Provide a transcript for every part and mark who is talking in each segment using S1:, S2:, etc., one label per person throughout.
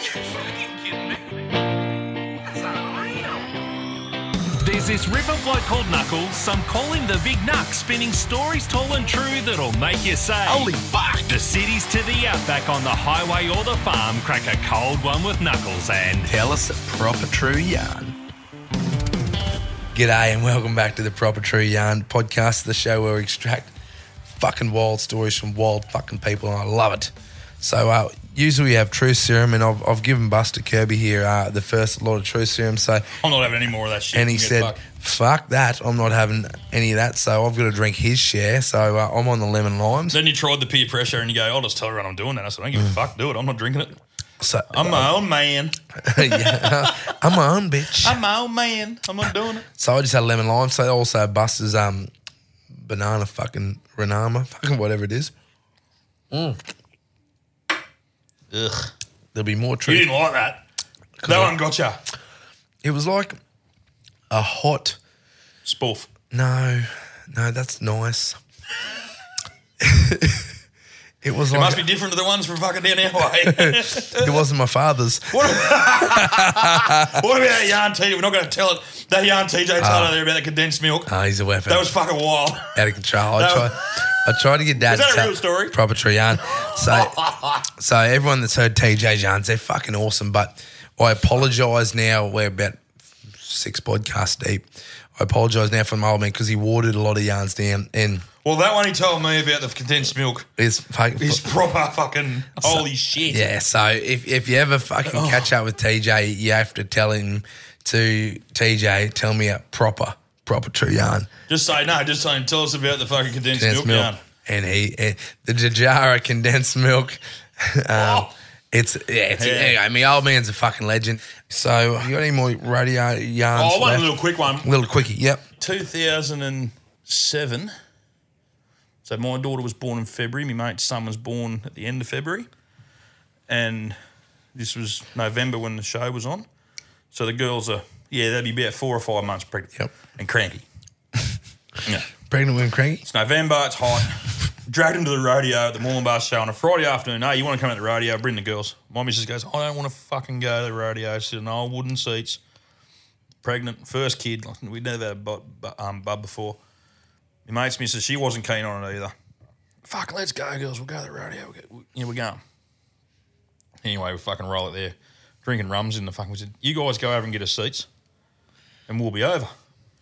S1: you fucking kidding me? That's unreal.
S2: There's this river bloke called Knuckles, some call him the Big Knuck, spinning stories tall and true that'll make you say,
S1: Holy fuck!
S2: The cities to the outback on the highway or the farm, crack a cold one with Knuckles and.
S1: Tell us a proper true yarn.
S3: G'day and welcome back to the Proper True Yarn podcast, the show where we extract fucking wild stories from wild fucking people, and I love it. So, uh, usually we have True Serum, and I've, I've given Buster Kirby here uh, the first lot of True Serum. So,
S4: I'm not having any more of that shit.
S3: and he
S4: You get
S3: said,
S4: fucked.
S3: "Fuck that! I'm not having any of that." So I've got to drink his share. So uh, I'm on the lemon limes.
S4: Then you tried the peer pressure and you go, I'll just tell everyone I'm doing that. I said, I don't
S3: Mm.
S4: give a fuck, do it. I'm not drinking it.
S3: So
S4: I'm my own man.
S3: yeah, I'm my own bitch.
S4: I'm my own man. I'm not doing it.
S3: so I just had lemon lime. So also Buster's um banana fucking renama fucking whatever it is.
S4: Mm. Ugh.
S3: There'll be more
S4: You
S3: truth.
S4: didn't like that. That
S3: I-
S4: one gotcha.
S3: It was like a hot.
S4: Spoof.
S3: No, no, that's nice. it was
S4: It
S3: like
S4: must be different to the ones from fucking down our way.
S3: it wasn't my father's.
S4: what about that yarn TJ? We're not going to tell it. That yarn TJ told her there about the condensed milk.
S3: Ah, he's a weapon.
S4: that was fucking wild.
S3: out of control. I
S4: No.
S3: try, I try to get dad.
S4: Is that
S3: to
S4: a
S3: tell-
S4: real story?
S3: Proper true yarn. So, so everyone that's heard TJ's yarns, they're fucking awesome. But I apologise now. We're about six podcasts deep. I apologise now for my old man because he watered a lot of yarns down, and
S4: well, that one he told me about the condensed milk
S3: it's fucking.
S4: is proper fucking holy shit.
S3: yeah, so if, if you ever fucking
S4: Oh.
S3: catch up with TJ, you have to tell him to TJ, tell me a proper, proper true yarn.
S4: Just say, no, just say, tell us about the fucking condensed,
S3: condensed
S4: milk,
S3: milk,
S4: yarn.
S3: and he and the Jajara condensed milk. um,
S4: Oh.
S3: It's yeah, it's
S4: Yeah.
S3: anyway, my old man's a fucking legend. So you got any more radio yarns?
S4: Oh, I want a
S3: left?
S4: little quick one.
S3: little quickie. Yep.
S4: 2007. So my daughter was born in February. My mate's son was born at the end of February, and this was November when the show was on. So the girls are yeah, they'd be about four or five months pregnant.
S3: Yep.
S4: and cranky. yeah,
S3: Pregnant women cranky.
S4: it's November. It's hot. Dragged him to the rodeo at the Moranbah show on a Friday afternoon. Hey, you want to come at the rodeo? Bring the girls. My missus goes, I don't want to fucking go to the rodeo. She's in old wooden seats. Pregnant, first kid. We'd never had a bu- bu- um, bub before. My mate's missus, she wasn't keen on it either. Fuck, let's go, girls. We'll go to the rodeo. We'll go. Yeah, we're going. Anyway, we fucking roll it there. Drinking rums in the fucking. We said, you guys go over and get us seats and we'll be over.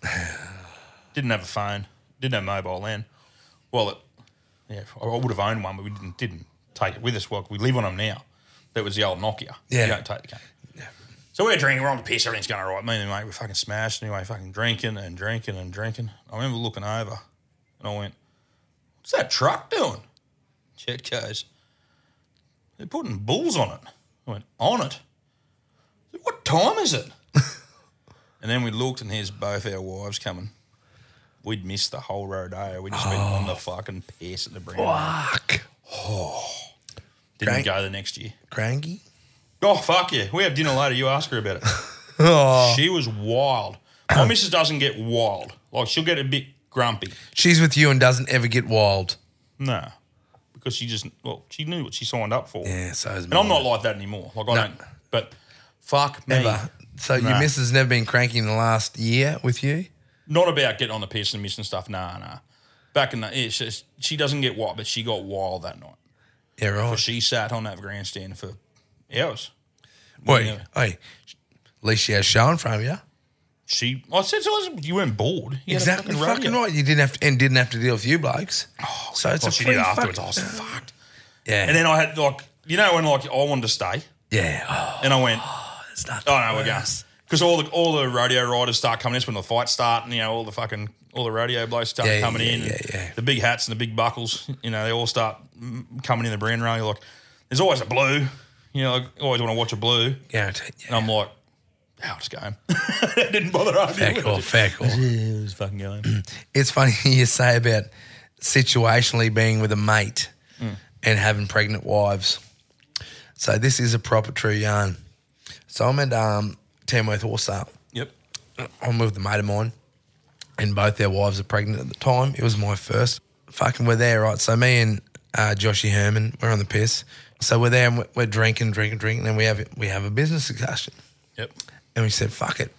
S4: didn't have a phone, didn't have mobile then. Well, it, yeah, I I would have owned one, but we didn't, didn't take it with us. Well, we live on them now. That was the old Nokia.
S3: Yeah.
S4: You don't take the cane. So we're drinking, we're on the piss, everything's going all right. Me and my mate, we're fucking smashed anyway, fucking drinking and drinking and drinking. I remember looking over and I went, What's that truck doing? Chet goes, They're putting bulls on it. I went, On it? I said, What time is it? And then we looked, and here's both our wives coming. We'd missed the whole rodeo. We'd just been on the fucking piss at the brand.
S3: Oh. Fuck.
S4: Didn't
S3: Great.
S4: go the next year.
S3: Cranky.
S4: Oh, fuck yeah. We have dinner later. You ask her about it.
S3: Oh.
S4: She was wild. My missus doesn't get wild. Like, she'll get a bit grumpy.
S3: She's with you and doesn't ever get wild.
S4: No. Because she just, well, she knew what she signed up for.
S3: Yeah. So is
S4: And I'm not like that anymore. Like, I
S3: No.
S4: don't. But fuck me.
S3: ever. So your
S4: Nah.
S3: missus never been cranky in the last year with you.
S4: Not about getting on the piss and missing stuff. Nah, nah. Back in the, yeah, she, she doesn't get wild, but she got wild that night.
S3: Yeah. Right.
S4: She sat on that grandstand for hours.
S3: Wait.
S4: yeah.
S3: Hey. At least she has showing from you.
S4: She, I said, so I was- you weren't bored. You had a
S3: Exactly, fucking,
S4: rodeo.
S3: right. You didn't have to, and didn't have to deal with you blokes. Oh, so it's
S4: Well,
S3: a
S4: she
S3: free
S4: did afterwards. I
S3: fuck-
S4: was fucked.
S3: Yeah,
S4: And then I had like, you know, when like I wanted to stay,
S3: yeah. Oh,
S4: and I went,
S3: it's not.
S4: oh no, we're going. because all the all the rodeo riders start coming in It's when the fights start, and you know all the fucking all the rodeo blokes start
S3: Yeah,
S4: coming
S3: yeah,
S4: in, and
S3: yeah, yeah.
S4: the big hats and the big buckles, you know they all start mm, coming in the brand run. You're like, there's always a blue, you know, I always want to watch a blue,
S3: Guaranteed. Yeah.
S4: and I'm like, oh, I'll just go home. I didn't bother arguing.
S3: Fair
S4: with
S3: call,
S4: it.
S3: fair call.
S4: Yeah, just fucking go home.
S3: It's funny you say about situationally being with a mate and having pregnant wives. So this is a proper true yarn. So I'm at um, Tamworth Allsale.
S4: yep.
S3: I'm with a mate of mine, and both their wives are pregnant at the time. It was my first. Fucking, we're there, right? So me and uh, Joshy Herman, we're on the piss. So we're there and we're- we're drinking, drinking, drinking, and we have we have a business discussion,
S4: Yep.
S3: and we said, "Fuck it,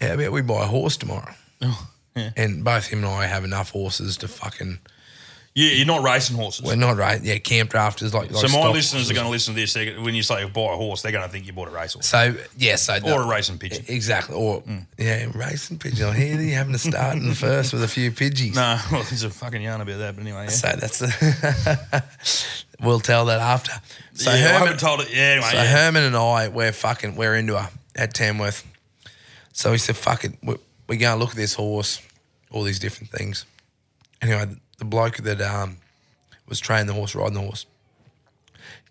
S3: how about we buy a horse tomorrow?"
S4: Oh,
S3: And both him and I have enough horses to fucking.
S4: Yeah, you're not racing horses.
S3: We're not right. Yeah, camp drafters like.
S4: so
S3: like
S4: my
S3: stock
S4: listeners are
S3: horses.
S4: going to listen to this. They're, gonna- when you say buy a horse, they're going to think you bought a racehorse
S3: So yeah, so
S4: or a racing pigeon. Hmm.
S3: Exactly, or yeah, racing pigeon. I hear you having to start in the first with a few pidgeys.
S4: No, well, there's a fucking yarn about that. But anyway, yeah.
S3: So that's the. we'll tell that after. So
S4: yeah, I
S3: Herman,
S4: haven't told it. Yeah, anyway,
S3: so
S4: yeah.
S3: Herman and I, we're fucking, we're into her at Tamworth. So we said, "Fuck it, we're, we're going to look at this horse, all these different things." Anyway, the, the bloke that um, was training the horse, riding the horse,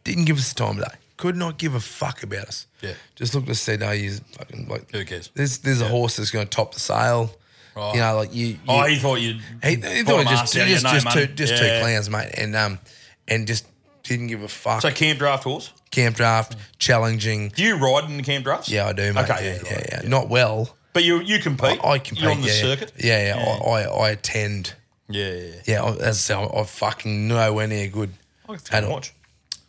S3: didn't give us the time of day. Could not give a fuck about us.
S4: Yeah.
S3: just looked at us and said, "Oh, he's fucking like
S4: Who cares?
S3: There's there's a horse that's going to top the sale.
S4: Right.
S3: You know, like you. you
S4: oh, he thought you.
S3: he, he thought it just, just, just, two, just two
S4: plans.
S3: clans, mate, and um, and just didn't give a fuck.
S4: So camp draft horse.
S3: camp draft challenging.
S4: Do you ride in the camp drafts?
S3: Yeah, I do, mate.
S4: Okay,
S3: yeah,
S4: yeah,
S3: yeah,
S4: right,
S3: yeah. Not well.
S4: But you you compete.
S3: I compete.
S4: You're on the
S3: yeah,
S4: circuit.
S3: Yeah, yeah. I, I, I attend.
S4: Yeah, yeah. yeah.
S3: Yeah, I, as I say, I'm, I'm fucking nowhere near good.
S4: I have to come
S3: all.
S4: watch.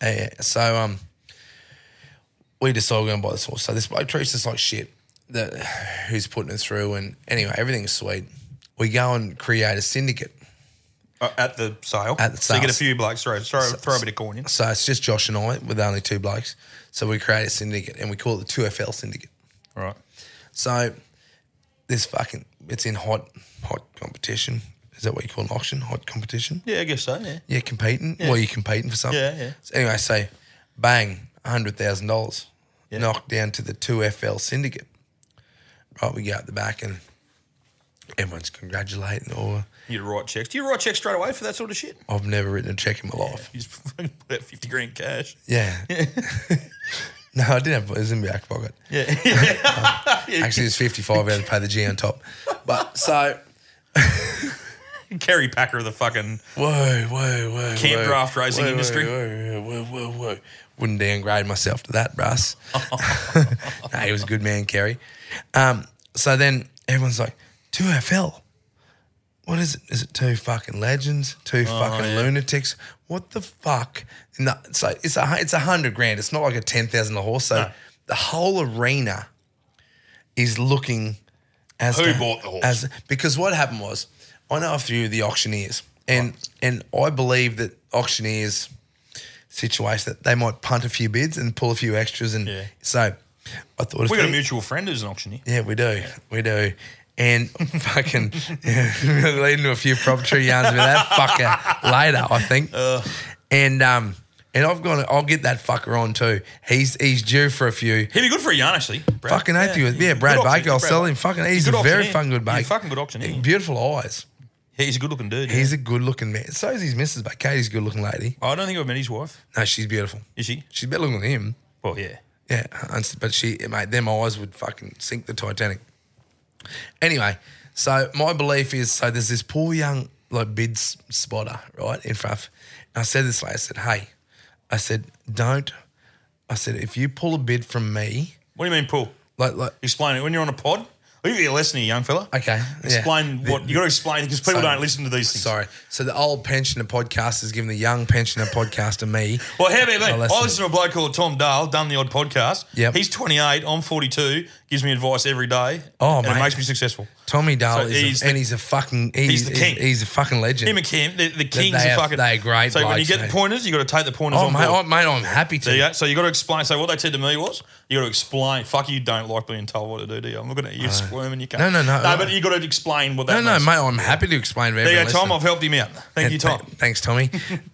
S3: Yeah, yeah. So um, we decide we're going to buy this horse. So this bloke treats us like shit. That who's putting it through, and anyway, everything's sweet. We go and create a syndicate.
S4: Uh, at the sale.
S3: At the
S4: So you get a
S3: sales.
S4: few blokes. Throw throw, throw a bit of coin in.
S3: So it's just Josh and I with only two blokes. So we create a syndicate and we call it the 2FL syndicate.
S4: Right.
S3: So this fucking, it's in hot, hot competition. Is that what you call an auction? Hot competition?
S4: Yeah, I guess so. Yeah.
S3: Yeah, competing. Well, you're competing for something.
S4: Yeah, yeah.
S3: So anyway, so bang, $100,000 knocked down to the 2FL syndicate. Right, we go out the back and everyone's congratulating or
S4: You write checks. Do you write checks straight away for that sort of shit?
S3: I've never written a check in my life.
S4: You just fucking put out fifty grand cash.
S3: Yeah. no, I didn't have, it was in my back pocket.
S4: Yeah.
S3: Actually, it's 55 out to pay the G on top. But so,
S4: Kerry Packer of the fucking
S3: whoa, whoa, whoa.
S4: Camp
S3: whoa.
S4: draft racing
S3: Whoa,
S4: industry.
S3: Whoa, whoa, whoa, whoa, whoa. Wouldn't downgrade myself to that, Russ. no, he was a good man, Kerry. Um, so then everyone's like, 2FL. What is it? Is it two fucking legends? Two
S4: Oh,
S3: fucking lunatics? What the fuck? And the- so it's a hu- it's a hundred grand. It's not like a ten thousand dollar horse. So the whole arena is looking as
S4: Who
S3: to-
S4: bought the horse?
S3: As, because what happened was, I know a few of the auctioneers, and and I believe that auctioneers situation that they might punt a few bids and pull a few extras, and
S4: Yeah.
S3: so I thought if
S4: We got a
S3: any-
S4: mutual friend who's an auctioneer.
S3: yeah, we do, we do. And fucking yeah, we're leading to a few property yarns with that fucker later, I think. And um, and I've gone, I'll get that fucker on too. He's he's due for a few.
S4: He'd be good for a yarn, actually. Brad.
S3: Fucking oath he was. Yeah, Brad
S4: Good
S3: Baker.
S4: auctioneer,
S3: I'll
S4: Brad
S3: sell him.
S4: Baker.
S3: Fucking,
S4: He's
S3: he's,
S4: a
S3: a
S4: good
S3: very
S4: auctioneer.
S3: fucking good
S4: He's a
S3: mate.
S4: fucking good auctioneer.
S3: Beautiful eyes.
S4: Yeah, he's a good looking dude. yeah.
S3: He's a good looking man. So is his missus, but Katie's a good looking lady.
S4: I don't think I've met his wife.
S3: No, she's beautiful.
S4: Is she?
S3: She's better looking than him.
S4: Well, yeah.
S3: Yeah, and- but she, mate, them eyes would fucking sink the Titanic. Anyway, so my belief is so there's this poor young like bid s- spotter right in front. Of, and I said this lady, I said, hey, I said don't. I said if you pull a bid from me,
S4: What do you mean, Paul?
S3: like like
S4: Explain it. When you're on a pod, I'll give you a lesson here, young fella.
S3: okay, yeah.
S4: Explain what you got to explain because people
S3: Sorry.
S4: don't listen to these things.
S3: Sorry. So the old pensioner podcast has given the young pensioner podcast to me.
S4: Well, how about
S3: I'll
S4: that?
S3: listen.
S4: I listen to a bloke called Tom Dale, done the odd podcast.
S3: Yep.
S4: He's 28, I'm 42, gives me advice every day.
S3: Oh,
S4: and
S3: mate.
S4: it makes me successful.
S3: Tommy Dahl
S4: So
S3: is,
S4: he's
S3: a,
S4: the-
S3: and he's a fucking he's,
S4: the
S3: he's-
S4: king.
S3: He's, a fucking legend.
S4: Him and Kim, the, the kings
S3: they
S4: are
S3: are-
S4: fucking.
S3: they're great
S4: So when you
S3: blokes,
S4: get
S3: mate.
S4: the pointers, you got to take the pointers
S3: oh
S4: on
S3: mate,
S4: board.
S3: oh, mate, I'm happy to.
S4: There you go. So you got to explain. So what they said to me was, you got to explain. Fuck, you don't like being told what to do, do you? I'm looking at you squirming. You can't.
S3: No, no, no.
S4: No, but you got to explain what that.
S3: No, no,
S4: means.
S3: mate, I'm happy to explain. to
S4: There you
S3: everyone
S4: go, Tom.
S3: listening.
S4: I've helped him out. Thank you, Tom.
S3: Th- Thanks, Tommy.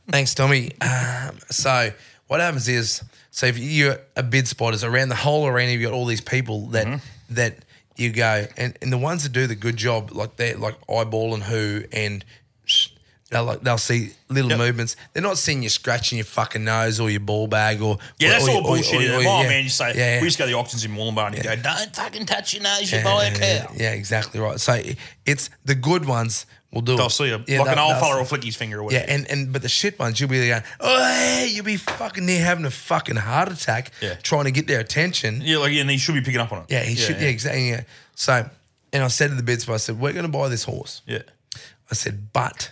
S3: thanks, Tommy. Um, so what happens is, so if you're a bid spotters around the whole arena, you've got all these people that
S4: Mm-hmm.
S3: that you go and, and the ones that do the good job, like they like eyeballing who and they'll like they'll see little
S4: Yep.
S3: movements. They're not seeing you scratching your fucking nose or your ball bag or
S4: Yeah, that's
S3: or- or-
S4: all
S3: or-
S4: bullshit.
S3: or-
S4: isn't it?
S3: or-
S4: my
S3: yeah.
S4: man, you say
S3: Yeah, yeah.
S4: we just go to the auctions in Wollumbar and you go, "Don't fucking touch your nose, you buy a cow."
S3: Yeah, yeah, exactly right. So i- it's the good ones will do.
S4: They'll
S3: it.
S4: see you
S3: Yeah,
S4: like an
S3: they'll-
S4: old
S3: they'll
S4: fella
S3: see-
S4: will flick his finger away.
S3: Yeah, and, and but the shit ones, you'll be going, oh, you'll be fucking near having a fucking heart attack
S4: Yeah.
S3: trying to get their attention.
S4: yeah, like and he should be picking up on it.
S3: Yeah, he should. Yeah, exactly. Yeah. So, and I said to the bids, I said, we're going to buy this horse.
S4: yeah.
S3: I said, but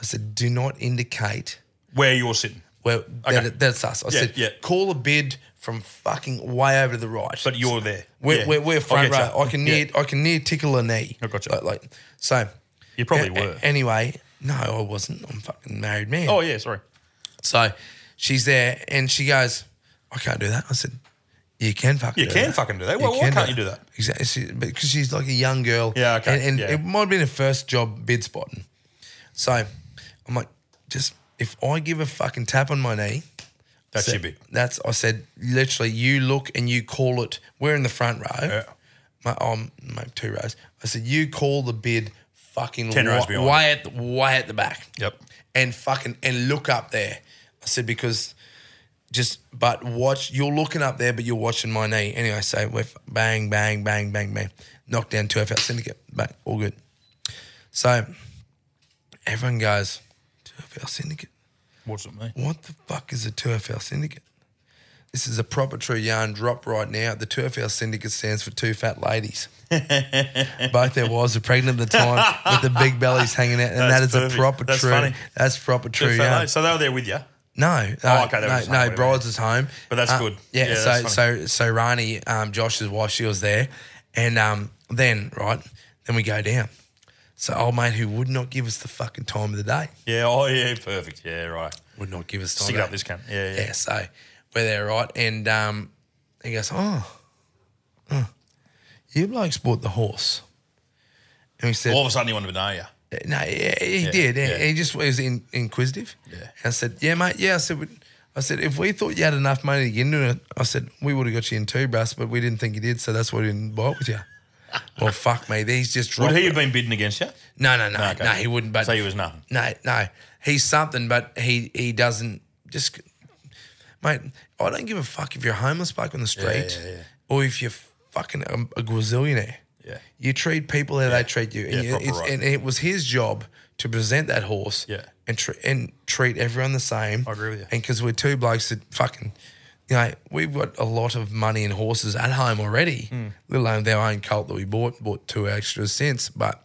S3: I said, do not indicate
S4: Where you're sitting,
S3: where
S4: Okay.
S3: that, that's us. I
S4: Yeah,
S3: said,
S4: yeah.
S3: call a bid from fucking way over to the right.
S4: but you're there.
S3: we're,
S4: Yeah.
S3: we're, we're front
S4: I
S3: row.
S4: getcha.
S3: I can near I can near tickle a knee.
S4: I gotcha.
S3: Like, like so.
S4: You probably
S3: a-
S4: were.
S3: a- anyway, no, I wasn't. I'm a fucking married man.
S4: Oh yeah, sorry.
S3: So she's there and she goes, I can't do that. I said, You can fucking
S4: You
S3: do
S4: can
S3: that.
S4: fucking do that. Well, why can't you do that?
S3: Exactly. She, because she's like a young girl.
S4: Yeah, okay.
S3: And, and
S4: Yeah.
S3: it might have been her first job bid spotting. So I'm like, just if I give a fucking tap on my knee,
S4: That's
S3: so
S4: your bit.
S3: That's I said literally. You look and you call it. We're in the front row.
S4: Yeah.
S3: My um, my two rows. I said you call the bid. Fucking
S4: Ten rows
S3: wa-
S4: behind.
S3: way at the, way at the back.
S4: Yep.
S3: And fucking and look up there. I said because just but watch. You're looking up there, but you're watching my knee. Anyway, so we're f- bang bang bang bang bang. Knock down two F out syndicate. Bang. All good. So everyone goes two F out syndicate
S4: What's it mean?
S3: what the fuck is a 2FL syndicate? This is a proper true yarn drop right now. The 2FL syndicate stands for two fat ladies. Both their wives were pregnant at the time with the big bellies hanging out. And
S4: That's
S3: that is
S4: perfect.
S3: a proper
S4: That's
S3: true.
S4: funny.
S3: That's proper true
S4: So,
S3: yarn.
S4: so they were there with you.
S3: No, no,
S4: Oh, okay, they were
S3: no,
S4: just
S3: no,
S4: home, whatever.
S3: Brides is home, Uh,
S4: But that's good.
S3: Yeah,
S4: Yeah,
S3: so
S4: that's
S3: so so Rani, um, Josh's wife, she was there, and um, then right, then we go down. So old mate who would not give us the fucking time of the day,
S4: Yeah. Oh yeah. Perfect. Yeah. Right.
S3: would not give us time.
S4: Stick
S3: of
S4: it
S3: the
S4: up
S3: day.
S4: this cunt. Yeah. Yeah.
S3: Yeah, so we're there, right? And um, he goes, oh, huh, you blokes bought the horse. And we said,
S4: All of a sudden you want to know you.
S3: no, yeah, he
S4: Yeah,
S3: did.
S4: yeah.
S3: He just was in, inquisitive.
S4: Yeah.
S3: And I said, yeah, mate, yeah. I said, "we- I said, if we thought you had enough money to get into it, I said, we would have got you in two, Brass, but we didn't think you did, so that's why we didn't buy it with you. well, fuck me. He's just dropped.
S4: Would he have
S3: it.
S4: been bidding against you?
S3: No, no, no.
S4: okay.
S3: No, he wouldn't. But
S4: So he was nothing.
S3: no, no. He's something, but he he doesn't just mate, I don't give a fuck if you're a homeless bloke on the street
S4: yeah, yeah.
S3: or if you're fucking a, a gazillionaire.
S4: Yeah.
S3: You treat people how they treat you. And,
S4: Yeah,
S3: you-
S4: proper
S3: it's-
S4: right.
S3: and it was his job to present that horse
S4: Yeah.
S3: and tre- and treat everyone the same.
S4: I agree with you.
S3: And because we're two blokes that fucking you know, we've got a lot of money in horses at home already,
S4: Hmm.
S3: let alone their own colt that we bought, bought two extras since. But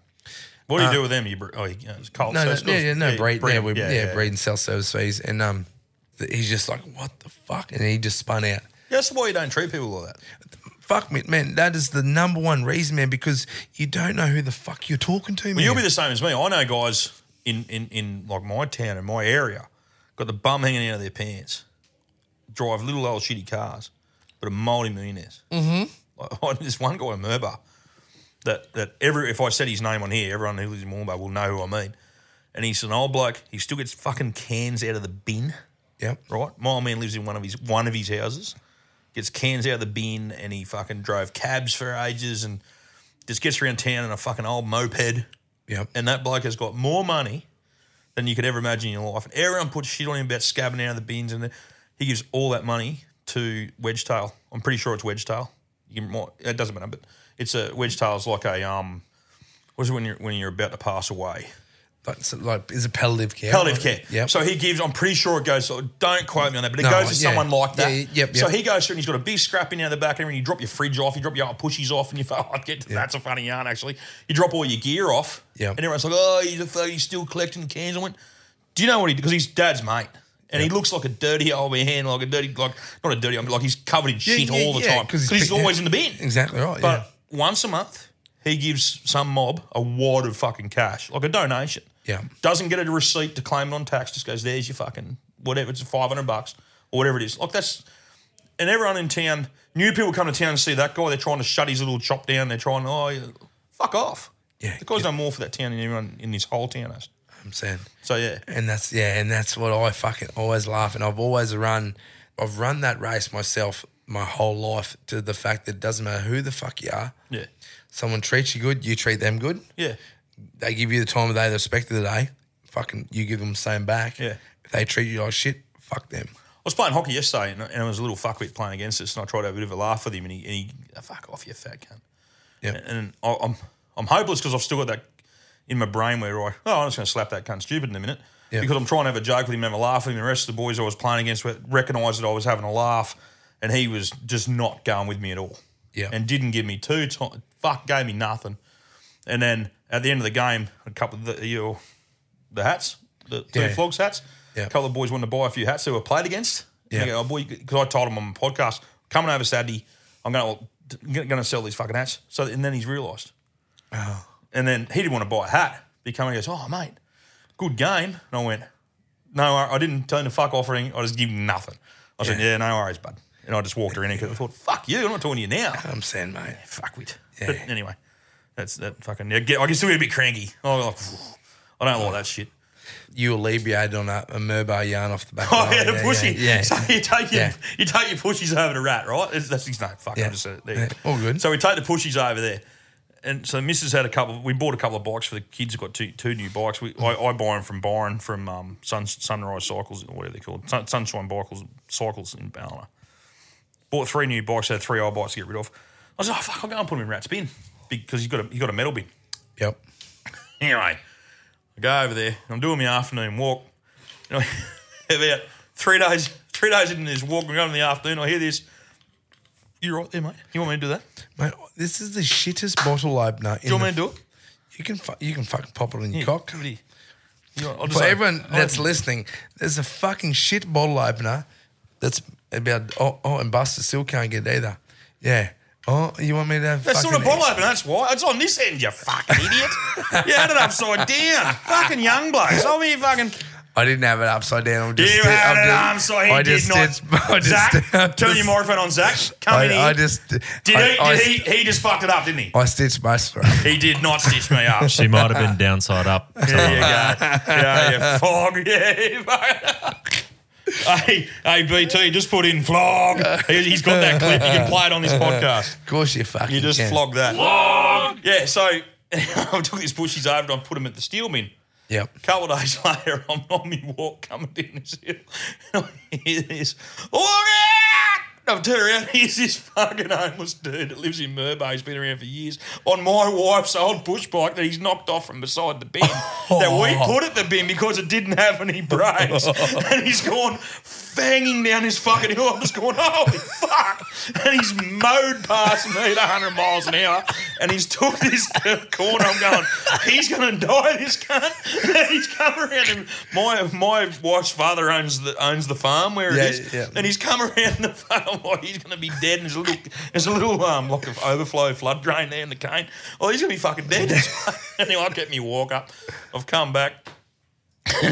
S4: What do you do with them? You br- oh, you know, it's cold.
S3: Uh, no,
S4: so
S3: no,
S4: it's
S3: yeah,
S4: good.
S3: yeah, no, breed, yeah, we, yeah,
S4: yeah.
S3: breed and sell service fees, and um, th- he's just like, what the fuck, and he just spun out.
S4: That's why you don't treat people like that.
S3: Fuck me, man. That is the number one reason, man, because you don't know who the fuck you're talking to, man.
S4: Well, you'll be the same as me. I know guys in, in, in like my town and my area got the bum hanging out of their pants, drive little old shitty cars, but are multi millionaires. Mm-hmm. Like, I, this one guy in Merba that that every if I said his name on here, everyone who lives in Moorba will know who I mean. And he's an old bloke. He still gets fucking cans out of the bin.
S3: yep.
S4: right? My old man lives in one of his one of his houses, gets cans out of the bin, and he fucking drove cabs for ages, and just gets around town in a fucking old moped.
S3: Yep.
S4: And that bloke has got more money than you could ever imagine in your life. And everyone puts shit on him about scabbing out of the bins, and he gives all that money to Wedgetail. I'm pretty sure it's Wedgetail. You might, it doesn't matter, but it's a Wedgetail's like a um. What's it when you're when you're about to pass away?
S3: Like, so, like, is a palliative care?
S4: palliative care.
S3: Yep.
S4: So he gives. I'm pretty sure it goes. so Don't quote me on that, but it
S3: No,
S4: goes to
S3: yeah.
S4: someone like that.
S3: Yeah, yeah, yep,
S4: So
S3: yep.
S4: he goes through and he's got a big scrap in out the back, and you drop your fridge off, you drop your pushies off, and you. Oh, I get that's a funny yarn actually. You drop all your gear off,
S3: Yep.
S4: and everyone's like, "Oh, he's a fuck, he's still collecting cans." I went, "Do you know what he did? Because he's dad's mate." And he looks like a dirty old man, like a dirty, like not a dirty, I mean, like he's covered in shit
S3: yeah,
S4: all the
S3: yeah, 'cause
S4: time because
S3: he's
S4: he's,
S3: picked-
S4: always in the bin.
S3: exactly right.
S4: But once a month, he gives some mob a wad of fucking cash, like a donation.
S3: Yeah.
S4: Doesn't get a receipt to claim it on tax, just goes, there's your fucking whatever, it's 500 bucks or whatever it is. Like that's, and everyone in town, new people come to town and see that guy, they're trying to shut his little chop down, they're trying, oh, yeah, fuck off.
S3: Yeah,
S4: The guy's done more for that town than everyone in this whole town has.
S3: yeah, I'm saying.
S4: So yeah.
S3: And that's yeah, and that's what I fucking always laugh. And I've always run, I've run that race myself my whole life to the fact that it doesn't matter who the fuck you are,
S4: Yeah.
S3: someone treats you good, you treat them good.
S4: Yeah.
S3: They give you the time of day, the respect of the day. Fucking, you give them the same back.
S4: Yeah.
S3: If they treat you like shit, fuck them.
S4: I was playing hockey yesterday, and, and there was a little fuckwit playing against us, and I tried to have a bit of a laugh with him, and he, and he "Ah, fuck off, you fat cunt.
S3: Yeah.
S4: And, and I, I'm I'm hopeless because I've still got that in my brain where I oh I'm just going to slap that cunt stupid in a minute
S3: Yeah.
S4: because I'm trying to have a joke with him, have a laugh with him. The rest of the boys I was playing against recognised that I was having a laugh, and he was just not going with me at all.
S3: Yeah.
S4: And didn't give me two time. Fuck, gave me nothing. And then at the end of the game, a couple of the you know, the hats, the two
S3: Yeah.
S4: flogs hats.
S3: Yeah.
S4: A couple of boys wanted to buy a few hats that were played against. And
S3: Yeah.
S4: they go, oh boy, because I told him on my podcast, coming over Saturday, I'm going to going to sell these fucking hats. So and then he's realised.
S3: Oh.
S4: And then he didn't want to buy a hat. He came and goes, oh mate, good game. And I went, no, I I didn't turn the fuck offering. I just give him nothing. I said, yeah, no worries, bud. And I just walked her in because I thought, fuck you, I'm not talking to you now.
S3: I'm saying, mate.
S4: Fuck with.
S3: Yeah.
S4: But anyway, that's that fucking. I, get, I can still get a bit cranky. Oh, like, I don't like that shit.
S3: You alleviated on a, a Murbar yarn off the back.
S4: Oh
S3: of the
S4: yeah,
S3: line.
S4: the pussy.
S3: Yeah. yeah.
S4: So you take your
S3: Yeah.
S4: you take your pushies over to Rat, right? That's, that's his name. Fuck,
S3: Yeah.
S4: I'm just uh, there.
S3: Yeah, all good.
S4: So we take the pushies over there, and so Mrs. had a couple. We bought a couple of bikes for the kids. Have got two two new bikes. We, I, I buy them from Byron from um, Sun, Sunrise Cycles or whatever they're called, Sun, Sunshine Bicycles Cycles in Ballina. Bought three new bikes. Had three old bikes to get rid of. I said, oh fuck, I'll go and put them in Rat's bin because he's got a he's got a metal bin.
S3: Yep.
S4: Anyway, I go over there. I'm doing my afternoon walk. And I- about three days, three days into this walk, I'm going in the afternoon. I hear this. You right there, mate? You want me to do that?
S3: Mate, this is the shittest bottle opener.
S4: Do you want me to do it?
S3: You can fu- you can fucking pop it in your cock.
S4: Give it here. You know, I'll just
S3: For
S4: say-
S3: everyone
S4: I'll
S3: that's
S4: just-
S3: listening, there's a fucking shit bottle opener that's about oh, oh and Buster still can't get it either. Yeah. Oh, you want me to have
S4: That's not a
S3: fucking-
S4: bottle opener. That's why. It's on this end. You fucking idiot. you had it upside down. fucking young blokes. I'm here fucking.
S3: I didn't have it upside down. I'm
S4: You
S3: just
S4: had
S3: I'm
S4: it
S3: just-
S4: upside. He
S3: I
S4: did
S3: just
S4: not.
S3: Did, I just,
S4: Zach,
S3: I'm
S4: turn your
S3: just-
S4: microphone on, Zach. Come in
S3: I,
S4: here.
S3: I just did
S4: did
S3: I,
S4: he, did
S3: I,
S4: he? He just fucked it up, didn't he?
S3: I stitched my throat.
S4: He did not stitch me up.
S5: She might have been downside up.
S4: There you go. Yeah, yeah, flog. Yeah, fuck. hey, hey, BT, just put in flog. He- He's got that clip. You can play it on this podcast.
S3: Of course you fucking
S4: You just
S3: can.
S4: flog that. Flog. Yeah. So I took these bushies over and I put them at the steel bin.
S3: Yep.
S4: couple of days later, I'm on my walk coming down this hill, and I hear this. Look out! And I turn around, here's this fucking homeless dude that lives in Murbo, he's been around for years, on my wife's old bush bike that he's knocked off from beside the bin that we put at the bin because it didn't have any brakes. and he's gone fanging down this fucking hill. I'm just going, holy fuck! And he's mowed past me at 100 miles an hour, and he's took this corner. I'm going, he's going to die, this cunt. And he's come around. And my my wife's father owns the owns the farm where
S3: Yeah,
S4: it is,
S3: yeah.
S4: and he's come around the farm. Like he's going to be dead. And there's a little there's a little um like of overflow flood drain there in the cane. Oh, he's going to be fucking dead. anyway, I get me walk up. I've come back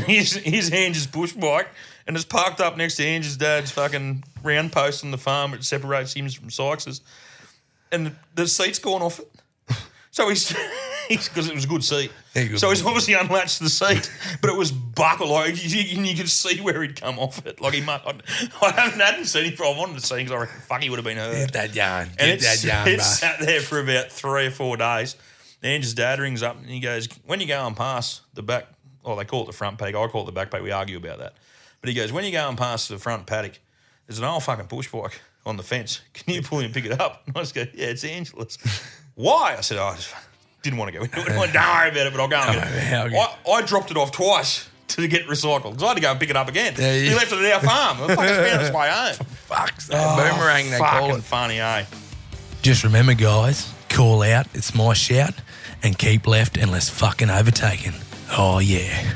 S4: his his Ange's bush bike and it's parked up next to Ange's dad's fucking round post on the farm which separates him from Sykes's. And the, the seat's gone off it. So he's because it was a good seat.
S3: Yeah, good.
S4: so he's obviously unlatched the seat, but it was buckled. Like you, you, you could see where he'd come off it. Like he might. I, I haven't hadn't seen him for. I wanted to see because I reckon fuck he would have been hurt.
S3: Get that yarn.
S4: And
S3: Get that
S4: it's,
S3: yarn,
S4: it
S3: bro.
S4: sat there for about three or four days. Then his dad rings up and he goes, When you go and pass the back, well, they call it the front paddock. I call it the back paddock. We argue about that. But he goes, When you go and pass the front paddock, there's an old fucking push bike on the fence. Can you pull in and pick it up? And I just go, Yeah, it's Angela's. Why? I said, "Oh, I just didn't want to go into it. I went, Don't worry about it, but I'll go and get it.
S3: Okay.
S4: I, I dropped it off twice to get recycled because I had to go and pick it up again.
S3: Yeah, you-
S4: He left it at our farm. I fucking found its way home.
S3: Fuck. boomerang, they call
S4: Oh, fucking
S3: it.
S4: funny, eh?
S3: Just remember, guys, call out. It's my shout. And keep left unless fucking overtaken. Oh, yeah.